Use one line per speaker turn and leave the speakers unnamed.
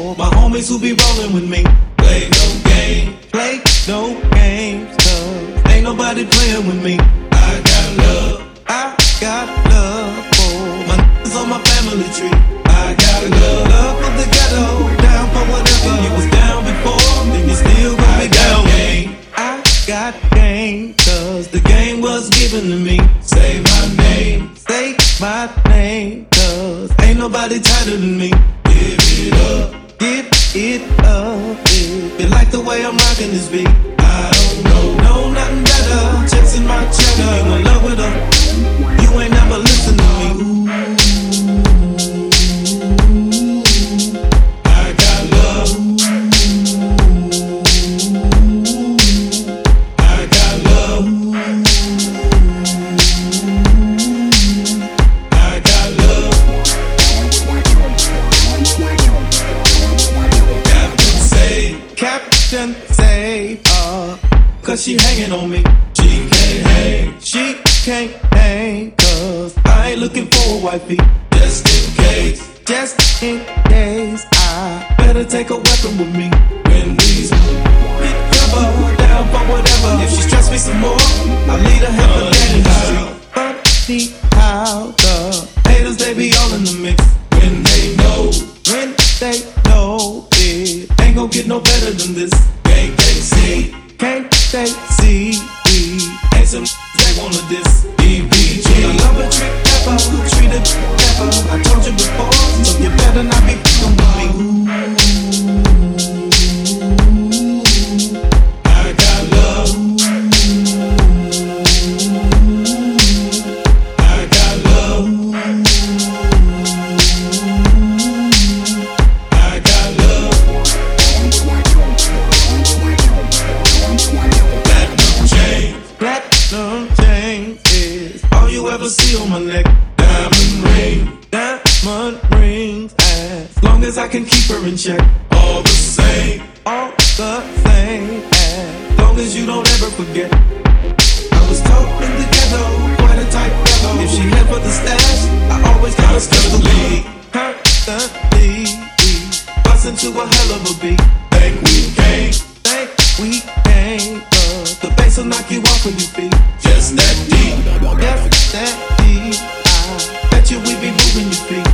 homies who be rolling with me. Play no games. Play no games, cuz ain't nobody playing with me. I got love. I got love for my niggas on my family tree. I got love. Love for the ghetto, down for whatever. You was down before, then you still gonna be down. I got game, cuz the game was given to me. Say my name. Say my name, cuz ain't nobody tighter than me. Give it up. Give it up. If you like the way I'm rocking this beat, I don't know. No, nothing better. Chips in my cheddar. You in love with her. You ain't never listen to me. I got love. I got love. I got love. Captain Save. Captain Save her. uh, Cause she hanging on me. She can't hang. She can't hang. Cause I ain't looking for a wifey. Just in case. Just in case. I better take a weapon with me. When these cover down for whatever. If she stress me some more, I'll lead her half a day in the street. Funny how the haters, they be all in the mix. When they know, when they know it ain't gonna get no better than this. Can't they see? Can't they see? Ain't some they wanna diss. E DBG. I love a trick pepper, treat a pepper. I told you before, so you better not be fucking with me. I got love. I got love. I got love. Platinum chain. Platinum chain is all you ever see on my neck. Diamond ring. Diamond rings. As long as I can keep her in check. All the same. All the same. As long as you don't ever forget. I was told in the ghetto, quite a tight fellow. If she head for the stash, I always got a special lead. Constantly, bust into a hell of a beat. Think we can, think we can, cause the bass will knock you off when you beat. Just that deep, just that deep. I bet you we be moving your feet.